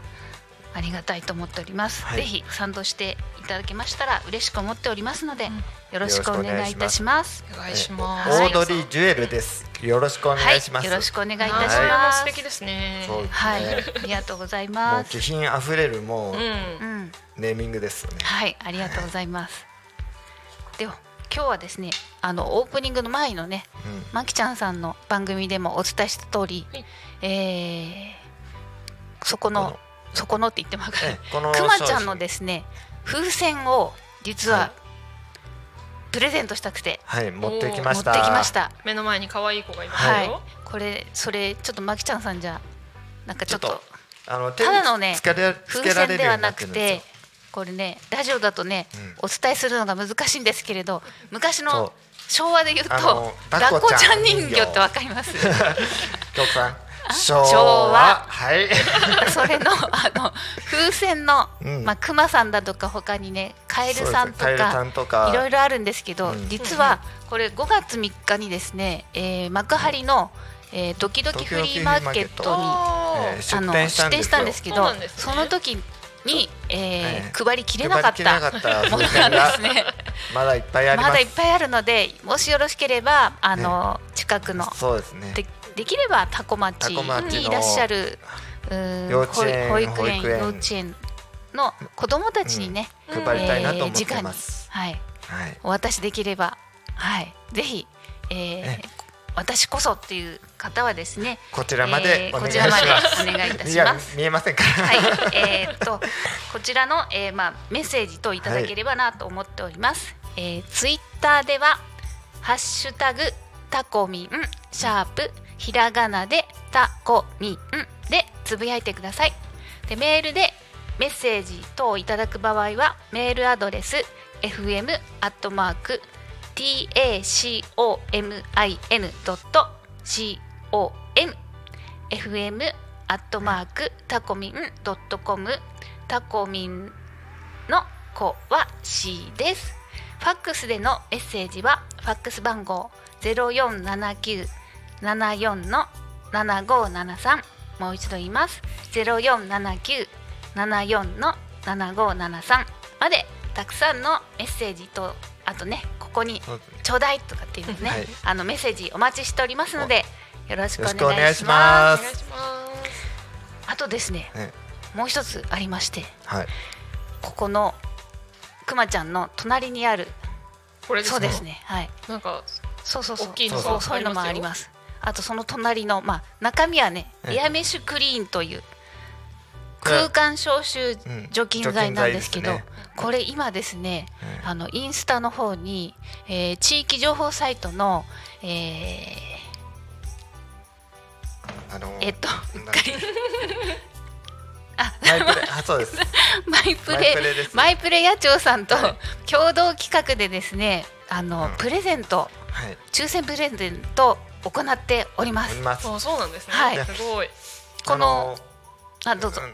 Speaker 3: ありがたいと思っております、
Speaker 4: はい
Speaker 3: ぜひ賛同していただけましたら嬉しく思っておりますので、よろしく
Speaker 4: よ
Speaker 3: お
Speaker 4: ろしくお願
Speaker 3: 願
Speaker 4: い
Speaker 3: い
Speaker 4: し
Speaker 3: い
Speaker 4: ま
Speaker 3: た
Speaker 4: す
Speaker 3: します
Speaker 5: お願いします。
Speaker 4: オードリー・ジュエルです。よろしくお願いしま
Speaker 3: はい、
Speaker 4: す。
Speaker 3: よろしくお願いいたし
Speaker 5: 名
Speaker 3: ます、
Speaker 5: 前も素敵ですね。
Speaker 4: そうですね。
Speaker 3: はい、ありがとうござい
Speaker 4: もう
Speaker 3: ま
Speaker 4: 気
Speaker 3: す
Speaker 4: 品あふれるもう
Speaker 5: う。
Speaker 3: うんん
Speaker 4: ネーミングですよね。
Speaker 3: はい、ありがとうございます。では今日はですね、あのオープニングの前のね、
Speaker 4: うん
Speaker 3: まきちゃんさんの番組でもお伝えした通り、
Speaker 5: はい
Speaker 3: えーそこのそこのって言ってます
Speaker 4: ええこの。
Speaker 3: くまちゃんのですすね、風船を実
Speaker 4: はい
Speaker 3: はプレゼントしたくて
Speaker 4: はい、持ってき
Speaker 3: 持
Speaker 4: ま
Speaker 3: って
Speaker 4: し
Speaker 3: き
Speaker 4: た。
Speaker 3: ました。
Speaker 5: 目の前に可愛い子がいますよ。
Speaker 3: はい、これそれちょっとまきちゃんさんじゃなんかちょっ
Speaker 4: ちょっ
Speaker 3: と
Speaker 4: とあの手
Speaker 3: ただのね
Speaker 4: つけらつけ
Speaker 3: 風
Speaker 4: られ
Speaker 3: 船
Speaker 4: る
Speaker 3: で
Speaker 4: よう
Speaker 3: は
Speaker 4: にな
Speaker 3: な
Speaker 4: って
Speaker 3: く
Speaker 4: るん
Speaker 3: て
Speaker 4: ですよ。
Speaker 3: これねラジオだとね、
Speaker 4: う
Speaker 3: お伝えするのが難しいんですけれど昔
Speaker 4: そ
Speaker 3: の
Speaker 4: う
Speaker 3: 昭和で言うと
Speaker 4: あの
Speaker 3: 抱っこちゃん人形
Speaker 4: 抱っこちゃん人形
Speaker 3: ってわかります
Speaker 4: 局さん、昭
Speaker 3: 昭
Speaker 4: 和
Speaker 3: 和
Speaker 4: はい。
Speaker 3: それのあの風船の、
Speaker 4: うん
Speaker 3: まあ、クマさんだとか他にねカエルさんと
Speaker 4: そうですねカエルさ
Speaker 3: か
Speaker 4: んとか
Speaker 3: いろいろあるんですけど、
Speaker 4: うん
Speaker 3: 実はこれ5月3日にですね、えー幕張の、えードキドキフリーマーケッ
Speaker 4: ド
Speaker 3: トに
Speaker 5: あ
Speaker 4: えー
Speaker 5: ー
Speaker 3: あ
Speaker 4: 出
Speaker 3: の
Speaker 4: 店したん
Speaker 3: 出
Speaker 4: で
Speaker 3: 店
Speaker 4: す
Speaker 3: したん
Speaker 4: よ
Speaker 3: で。すけ
Speaker 5: そう
Speaker 3: ど
Speaker 5: なんですね
Speaker 3: その時に、えー
Speaker 4: えー
Speaker 3: 配りきれなかっ
Speaker 4: 配りきれな
Speaker 3: た
Speaker 4: かった
Speaker 3: もの
Speaker 4: 風
Speaker 3: な
Speaker 4: 船
Speaker 3: んで
Speaker 4: が
Speaker 3: すね。
Speaker 4: まだいっぱいあります。
Speaker 3: だいっぱいあるのでもしよろしければあの、近くの
Speaker 4: そうですね。
Speaker 3: でできればタコ町
Speaker 4: 多古町の
Speaker 3: にいらっしゃるうーん
Speaker 4: 幼稚園
Speaker 3: 保育保育園
Speaker 4: 保育園
Speaker 3: 幼稚園の子供たちにね、
Speaker 5: うん
Speaker 4: 配りたいなと思っ
Speaker 3: 時
Speaker 4: て
Speaker 3: 間に
Speaker 4: ます。、
Speaker 3: はい、
Speaker 4: はい。
Speaker 3: お渡しできれば、はい、ぜひ、えー
Speaker 4: え
Speaker 3: 私こそっていう方はですね
Speaker 4: こちらま
Speaker 3: えー
Speaker 4: でお願
Speaker 3: こ
Speaker 4: い
Speaker 3: ち
Speaker 4: し
Speaker 3: ら
Speaker 4: ま。
Speaker 3: ますでお願いいた
Speaker 4: い
Speaker 3: し
Speaker 4: や
Speaker 3: ます。
Speaker 4: 見えませんから。
Speaker 3: はい、えーっとこちらの、えーまあ、メッセージといただければなと思っております、えーツイッターでは「ハッシュタグタコミン」シャープひらがなでタコミンでつぶやいてくださいでメールでメッセージ等をいただく場合はメールアドレス fm アットマーク tacomin.com fm アットマークタコミンドットコムタコミンの子は C ですファックスでのメッセージはファックス番号ゼロ四七九七四の七五七三もう一度言いますゼロ四七九七四の七五七三までたくさんのメッセージとあとねここに
Speaker 4: そうですね
Speaker 3: ちょうだいとかっていうのね、
Speaker 4: はい
Speaker 3: あのメッセージお待ちしておりますのでよろしくお願いし
Speaker 4: よろしくお願
Speaker 3: ま
Speaker 4: い
Speaker 3: す
Speaker 4: しま
Speaker 5: お
Speaker 4: す
Speaker 5: 願いします。
Speaker 3: あとですね
Speaker 4: ね
Speaker 3: もう一つありまして
Speaker 4: はい。
Speaker 3: ここのくまちゃんの隣にある
Speaker 5: これです
Speaker 3: そう
Speaker 5: か
Speaker 3: ですねはい
Speaker 5: なんか
Speaker 3: そうそうそう
Speaker 5: 大きいのが
Speaker 3: そうそういうのもあ
Speaker 5: あり
Speaker 3: り
Speaker 5: ま
Speaker 3: ますあとその隣のまあ中身はね
Speaker 4: ええ
Speaker 3: エアメッシュクリーンという
Speaker 4: これ
Speaker 3: 空間消臭
Speaker 4: うん
Speaker 3: 除菌剤なんですけど、
Speaker 4: 除菌剤で
Speaker 3: これ今ですね、
Speaker 4: ええ
Speaker 3: あのインスタの方に、えー地域情報サイトの、えー
Speaker 4: あの
Speaker 3: えっとうっかり
Speaker 4: マイプレあそうです。
Speaker 3: マイプ
Speaker 4: マイプレで
Speaker 3: レ
Speaker 4: す
Speaker 3: マイプレ野鳥さんと
Speaker 4: はい
Speaker 3: 共同企画でですねあの、
Speaker 4: うん
Speaker 3: プレゼント
Speaker 4: はい。
Speaker 3: 抽選プレゼントを行っておりま
Speaker 4: おり
Speaker 3: す。
Speaker 4: ます。
Speaker 5: そうそうなんですね。
Speaker 3: はい
Speaker 5: すごい。
Speaker 3: こ
Speaker 4: あ
Speaker 3: のあどうぞ
Speaker 4: んん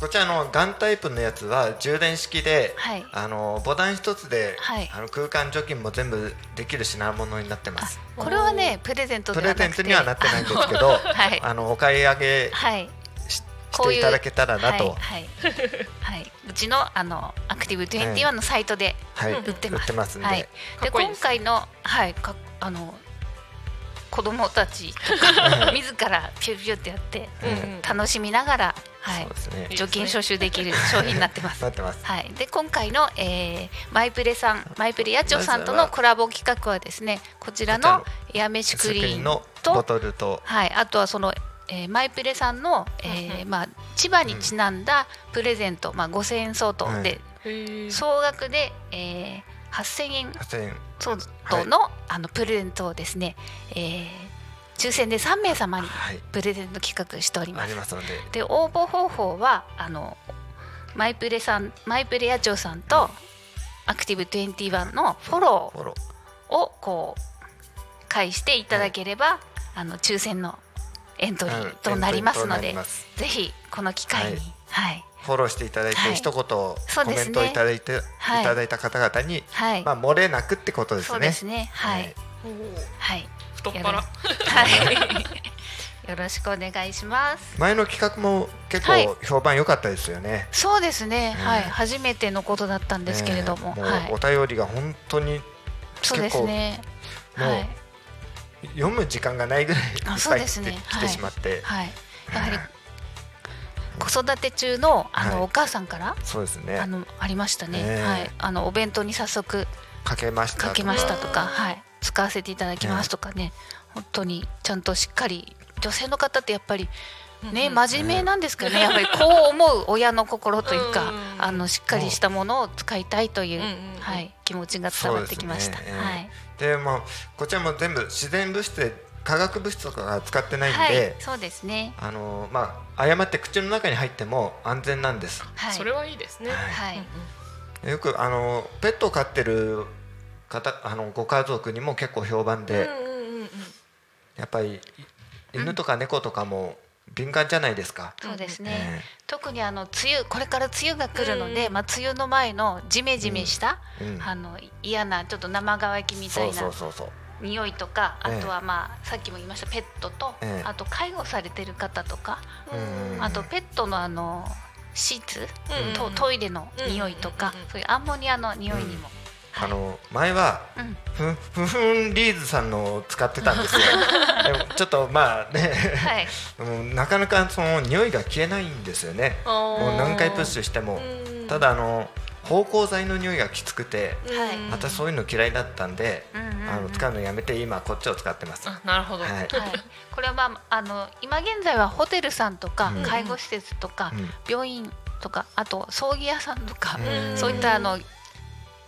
Speaker 4: こちらのガンタイプのやつは充電式で、
Speaker 3: はい
Speaker 4: あのボタン一つで、
Speaker 3: はい
Speaker 4: あの空間除菌も全部できる品物になってま
Speaker 3: あ
Speaker 4: す。
Speaker 3: これはねプレゼント
Speaker 4: プ
Speaker 3: では
Speaker 4: レゼ
Speaker 3: な
Speaker 4: ン
Speaker 3: く
Speaker 4: ト
Speaker 3: て
Speaker 4: にはなってないんですけど、
Speaker 3: はい
Speaker 4: あのお買い上げ
Speaker 3: はい
Speaker 4: し,、
Speaker 3: こう
Speaker 4: て
Speaker 3: いう
Speaker 4: いただけたらなと、
Speaker 3: はいはいはい、うちのあのアクティブ21のサイトで
Speaker 4: はい
Speaker 3: 売ってます,、
Speaker 4: 売ってますんで、
Speaker 3: はい、
Speaker 5: かっ
Speaker 3: で
Speaker 5: こいいで
Speaker 3: 今
Speaker 5: す
Speaker 3: 回のはいかあの子供たちとか自らピューピューってやって
Speaker 5: うんう
Speaker 4: うん
Speaker 5: ん。
Speaker 3: 楽しみながら、はい
Speaker 4: そうですね。
Speaker 3: 除菌消臭できる商品になってます
Speaker 4: なってます。
Speaker 3: はい、で今回の、えーマイプレさんマイプレ野鳥さんとのコラボ企画はですねこちらの
Speaker 4: こ
Speaker 3: エアメッシュクリーン
Speaker 4: のボ
Speaker 3: と、
Speaker 4: トルと、
Speaker 3: はい、あとはその、えーマイプレさんの、えーまあ、千葉にちなんだプレゼント、まあ、5,000円相当
Speaker 4: はい
Speaker 3: で、
Speaker 5: へえ。
Speaker 3: 総額で、えー、8,000円
Speaker 4: 8000円
Speaker 3: 相当の,、あのプレゼントをですね、えー抽選で3名様に
Speaker 4: はい
Speaker 3: プレゼント企画しております
Speaker 4: ありますので、
Speaker 3: で応募方法はあのマイプレさんマイプレ野鳥さんとアクティブ21のフォロ
Speaker 4: フォロー
Speaker 3: ーをこう返していただければ、あの抽選のエントリーとなりますの
Speaker 4: うんエントリー
Speaker 3: で、
Speaker 4: となります
Speaker 3: ぜひこの機会に、
Speaker 4: は
Speaker 3: は
Speaker 4: い
Speaker 3: い
Speaker 4: フォローしていただいて、
Speaker 3: はい
Speaker 4: 一言コ
Speaker 3: そうで
Speaker 4: メ
Speaker 3: すね
Speaker 4: ントをいただいて、
Speaker 3: はい
Speaker 4: い、ただいた方々に、
Speaker 3: はい、
Speaker 4: まあ漏れなくってことです
Speaker 3: そ
Speaker 4: ね。
Speaker 3: うですねはいはい
Speaker 5: 太っ
Speaker 3: や
Speaker 5: 腹
Speaker 3: るはい よろしくお願いします
Speaker 4: 前の企画も結
Speaker 3: はい
Speaker 4: 構評判良かったですよね。
Speaker 3: そうですね、
Speaker 4: うん
Speaker 3: はい初めてのことだったんですけれども,、
Speaker 4: ねもう
Speaker 3: はい
Speaker 4: お便りが本当に結
Speaker 3: そ
Speaker 4: 構
Speaker 3: うですね
Speaker 4: もう
Speaker 3: はい
Speaker 4: 読む時間がないぐらいいっ
Speaker 3: あそ
Speaker 4: ぱ
Speaker 3: う
Speaker 4: い
Speaker 3: で
Speaker 4: 来
Speaker 3: す
Speaker 4: て,、
Speaker 3: ね
Speaker 4: 来
Speaker 3: はい
Speaker 4: てしまって、
Speaker 3: はいやはり子育て中のあの、
Speaker 4: はい
Speaker 3: お母さんから
Speaker 4: そうです
Speaker 3: あ
Speaker 4: ね。
Speaker 3: のありましたね、
Speaker 4: ねえ
Speaker 3: はいあのお弁当に早速
Speaker 4: かけましたと。
Speaker 3: かけましたとか、はい、使わせていただきますとかね、本当にちゃんとしっかり女性の方ってやっぱりね真面目なんですけどねやっぱりこう思う親の心というか
Speaker 5: うんうんうん
Speaker 3: あのしっかりしたものを使いたいという
Speaker 5: うんうんうん
Speaker 3: はい気持ちが伝わってきました。
Speaker 4: そうですね
Speaker 3: はい
Speaker 4: でもうこちらも全部自然物質で化学物質とかが使ってないんで、
Speaker 3: はい、そうですね。
Speaker 4: あのまあ誤って口の中に入っても安全なんです。
Speaker 3: はい、
Speaker 5: それはいいですね。
Speaker 3: はい、
Speaker 5: うんうん
Speaker 4: よくあのペットを飼ってる方あのご家族にも結構評判で、
Speaker 5: うんうんうんうん
Speaker 4: やっぱり犬とか猫とかも敏感じゃないですか。
Speaker 3: そうですね。
Speaker 4: え
Speaker 3: 特にあの梅雨これから梅雨が来るので、
Speaker 5: うん
Speaker 3: まあ梅雨の前のジメジメした、
Speaker 4: えうん
Speaker 3: あの嫌なちょっと生乾きみた
Speaker 4: そう
Speaker 3: い
Speaker 4: そ
Speaker 3: な
Speaker 4: うそうそう。
Speaker 3: 匂いとかあ
Speaker 4: ええ
Speaker 3: とはまあさっきも言いましたペットと、
Speaker 4: ええ
Speaker 3: あと介護されてる方とか、
Speaker 4: うん
Speaker 3: あとペットのあのシーツ、
Speaker 5: うん
Speaker 3: とトイレの匂いとか、
Speaker 5: うんうんうんうん
Speaker 3: そういうアンモニアの匂いにも、はい
Speaker 4: あの前は
Speaker 3: うん
Speaker 4: ふんふんふんリーズさんのを使ってたんですよ。でもちょっとまあね、
Speaker 3: はい、
Speaker 4: もうなかなかその匂いが消えないんですよね。もう何回プッシュしても、
Speaker 5: うん
Speaker 4: ただあの芳香剤の匂いがきつくて、
Speaker 3: はい
Speaker 5: うん
Speaker 4: またそういうの嫌いだったんで、
Speaker 3: うんうんうん
Speaker 4: あの使うのやめて今こっちを使ってます。
Speaker 5: あなるほど。
Speaker 4: はい
Speaker 3: はい、これはまああの今現在はホテルさんとか
Speaker 4: うん
Speaker 3: 介護施設とか
Speaker 4: うん
Speaker 3: 病院とかあと葬儀屋さんとか
Speaker 4: うん
Speaker 3: そういったあの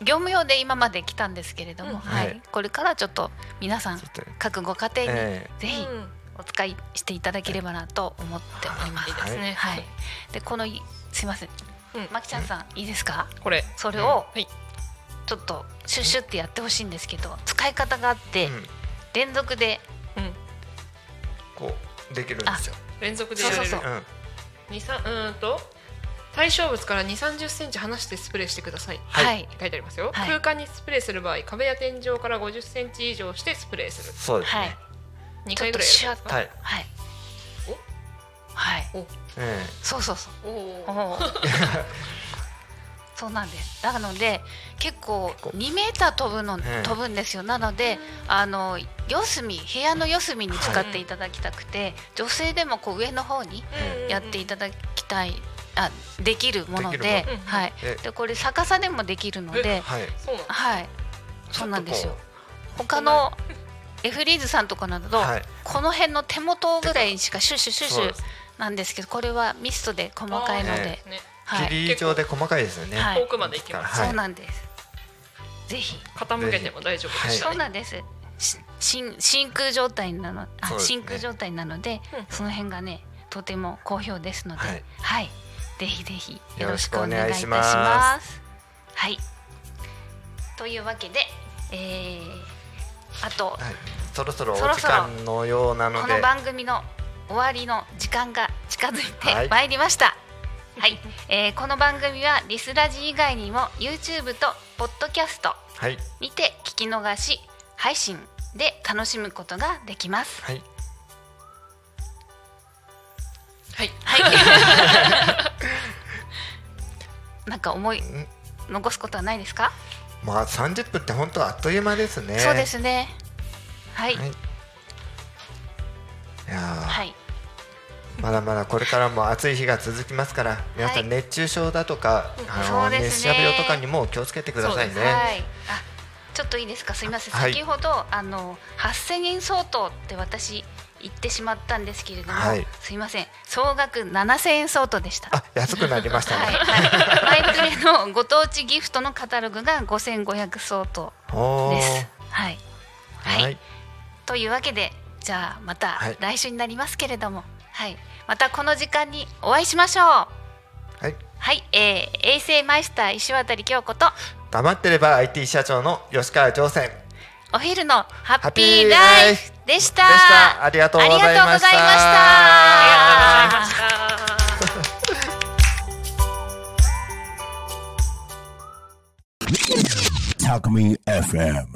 Speaker 3: 業務用で今まで来たんですけれども、
Speaker 5: うん
Speaker 3: は
Speaker 4: はい
Speaker 3: い、これからちょっと皆さん
Speaker 4: ちょっと
Speaker 3: 各ご家庭に
Speaker 4: え
Speaker 3: ぜひ
Speaker 5: うん
Speaker 3: お使いしていただければなと思っております。
Speaker 5: いいですね。
Speaker 3: はい、でこのいすいません、
Speaker 5: うん
Speaker 3: まきちゃんさんいいですか
Speaker 5: これ。
Speaker 3: それを
Speaker 5: はい。
Speaker 3: ちょっとシュッシュってやってほしいんですけど使い方があって
Speaker 4: うん
Speaker 3: 連続で
Speaker 5: うん。
Speaker 4: こうできるんですよ。
Speaker 5: 連続で
Speaker 3: そ
Speaker 5: や
Speaker 3: うそう
Speaker 5: れ
Speaker 3: そ
Speaker 5: る
Speaker 3: う
Speaker 4: う。ん、
Speaker 5: 二三うーんと対象物から2 3 0センチ離してスプレーしてください。
Speaker 4: はい
Speaker 3: はい
Speaker 5: 書いてありますよ、
Speaker 3: はい
Speaker 5: 空間にスプレーする場合壁や天井から5 0センチ以上してスプレーする
Speaker 4: そうです
Speaker 3: はい
Speaker 4: ね。
Speaker 3: ちょ
Speaker 5: 2
Speaker 3: っ
Speaker 5: 回ぐ
Speaker 3: と
Speaker 5: らい
Speaker 3: シュ
Speaker 5: や
Speaker 3: ッ
Speaker 5: るんですか
Speaker 4: はい。
Speaker 3: はい
Speaker 5: お。
Speaker 3: はい。
Speaker 4: え
Speaker 3: そうそうそう。
Speaker 5: おおー
Speaker 3: おー そうなんです。なので結構2メーター飛ぶの、
Speaker 4: ええ
Speaker 3: 飛ぶんですよ。なのであの四隅部屋の四隅に使っていただきたくて、女性でもこう上の方に
Speaker 5: うん
Speaker 3: やっていただきたい。あできるもので
Speaker 4: でき
Speaker 5: るもの
Speaker 3: はい
Speaker 4: え
Speaker 3: でこれ逆さでもできるの
Speaker 4: え
Speaker 3: で
Speaker 4: はい。
Speaker 5: そうなの
Speaker 3: はいそうなんですよ
Speaker 4: ちょっとこ
Speaker 3: 他の F リーズさんとかなど、
Speaker 4: はい
Speaker 3: この辺の手元ぐらいしかシュッシュシュッシ
Speaker 4: そう
Speaker 3: ュ
Speaker 4: です
Speaker 3: なんですけどこれはミストで細かいの
Speaker 4: あー
Speaker 3: で
Speaker 4: ね、
Speaker 5: ね
Speaker 4: う
Speaker 3: はい、
Speaker 4: 霧状で細かいですよね。
Speaker 3: はい
Speaker 5: 遠くまで行けます、
Speaker 4: はい
Speaker 3: そうなんですぜひ
Speaker 5: 傾けても大丈夫でした、
Speaker 3: そ
Speaker 5: ね
Speaker 3: うなんですし真真空状態なのあ、
Speaker 4: そうですね
Speaker 3: 真空状態なので、
Speaker 5: うん
Speaker 3: その辺がねとても好評ですのでは
Speaker 4: はいい、
Speaker 3: ぜひぜひよ
Speaker 4: よ
Speaker 3: ろ
Speaker 4: ろ
Speaker 3: し
Speaker 4: し
Speaker 3: く
Speaker 4: く
Speaker 3: お
Speaker 4: お
Speaker 3: 願い
Speaker 4: 願
Speaker 3: い
Speaker 4: い
Speaker 3: たし
Speaker 4: し
Speaker 3: ま
Speaker 4: ます
Speaker 3: すはいというわけで、えー、あと、
Speaker 4: はい。そろそろお
Speaker 3: そろ
Speaker 4: 時
Speaker 3: そろ
Speaker 4: 間のようなの
Speaker 3: こ
Speaker 4: で
Speaker 3: の、番組の終わりの時間が近づい
Speaker 4: は
Speaker 3: て
Speaker 4: い
Speaker 3: まいりました。はい、えーこの番組はリスラジ以外にも YouTube とポッドキャスト
Speaker 4: はい
Speaker 3: にて聞き逃し配信で楽しむことができます。
Speaker 4: はい。
Speaker 5: はい
Speaker 3: はい。なんか思い
Speaker 4: ん
Speaker 3: 残すことはないですか？
Speaker 4: まあ三十分って本当あっという間ですね。
Speaker 3: そうで。すね。はい
Speaker 4: はい。いやー
Speaker 3: はい
Speaker 4: まだまだこれからも暑い日が続きますから、皆さ
Speaker 3: はい
Speaker 4: ん熱中症だとか、
Speaker 3: そう
Speaker 4: あの
Speaker 3: ですね
Speaker 4: 熱射病とかにも気をつけてください
Speaker 5: そう
Speaker 3: は
Speaker 4: ね。
Speaker 3: い。あ、ちょっといいですか。すみません。
Speaker 4: はい
Speaker 3: 先ほどあの8000円相当って私言ってしまったんですけれども、
Speaker 4: はい
Speaker 3: すみません。総額7000円相当でした。
Speaker 4: あ、安くなりました
Speaker 3: はい、
Speaker 4: ね。
Speaker 3: はい、マイプレのご当地ギフトのカタログが5500相当
Speaker 4: おー
Speaker 3: です。はい、はい
Speaker 4: はい。
Speaker 3: というわけでじゃあまた
Speaker 4: はい
Speaker 3: 来週になりますけれども、はい、またこの時間にお会いしましょう。
Speaker 4: はい。
Speaker 3: はい、えー、衛星マイスター石渡京子と
Speaker 4: 黙ってれば IT 社長の吉川上船
Speaker 3: お昼のハッピ
Speaker 4: ハッピ
Speaker 3: ー
Speaker 4: ー
Speaker 3: ラ
Speaker 4: ラ
Speaker 3: イ
Speaker 4: イ
Speaker 3: フ
Speaker 4: フ
Speaker 3: でした。
Speaker 4: でしたありがとうございました
Speaker 3: ありがとうございました
Speaker 5: ありがとうございました
Speaker 2: Talk Me FM.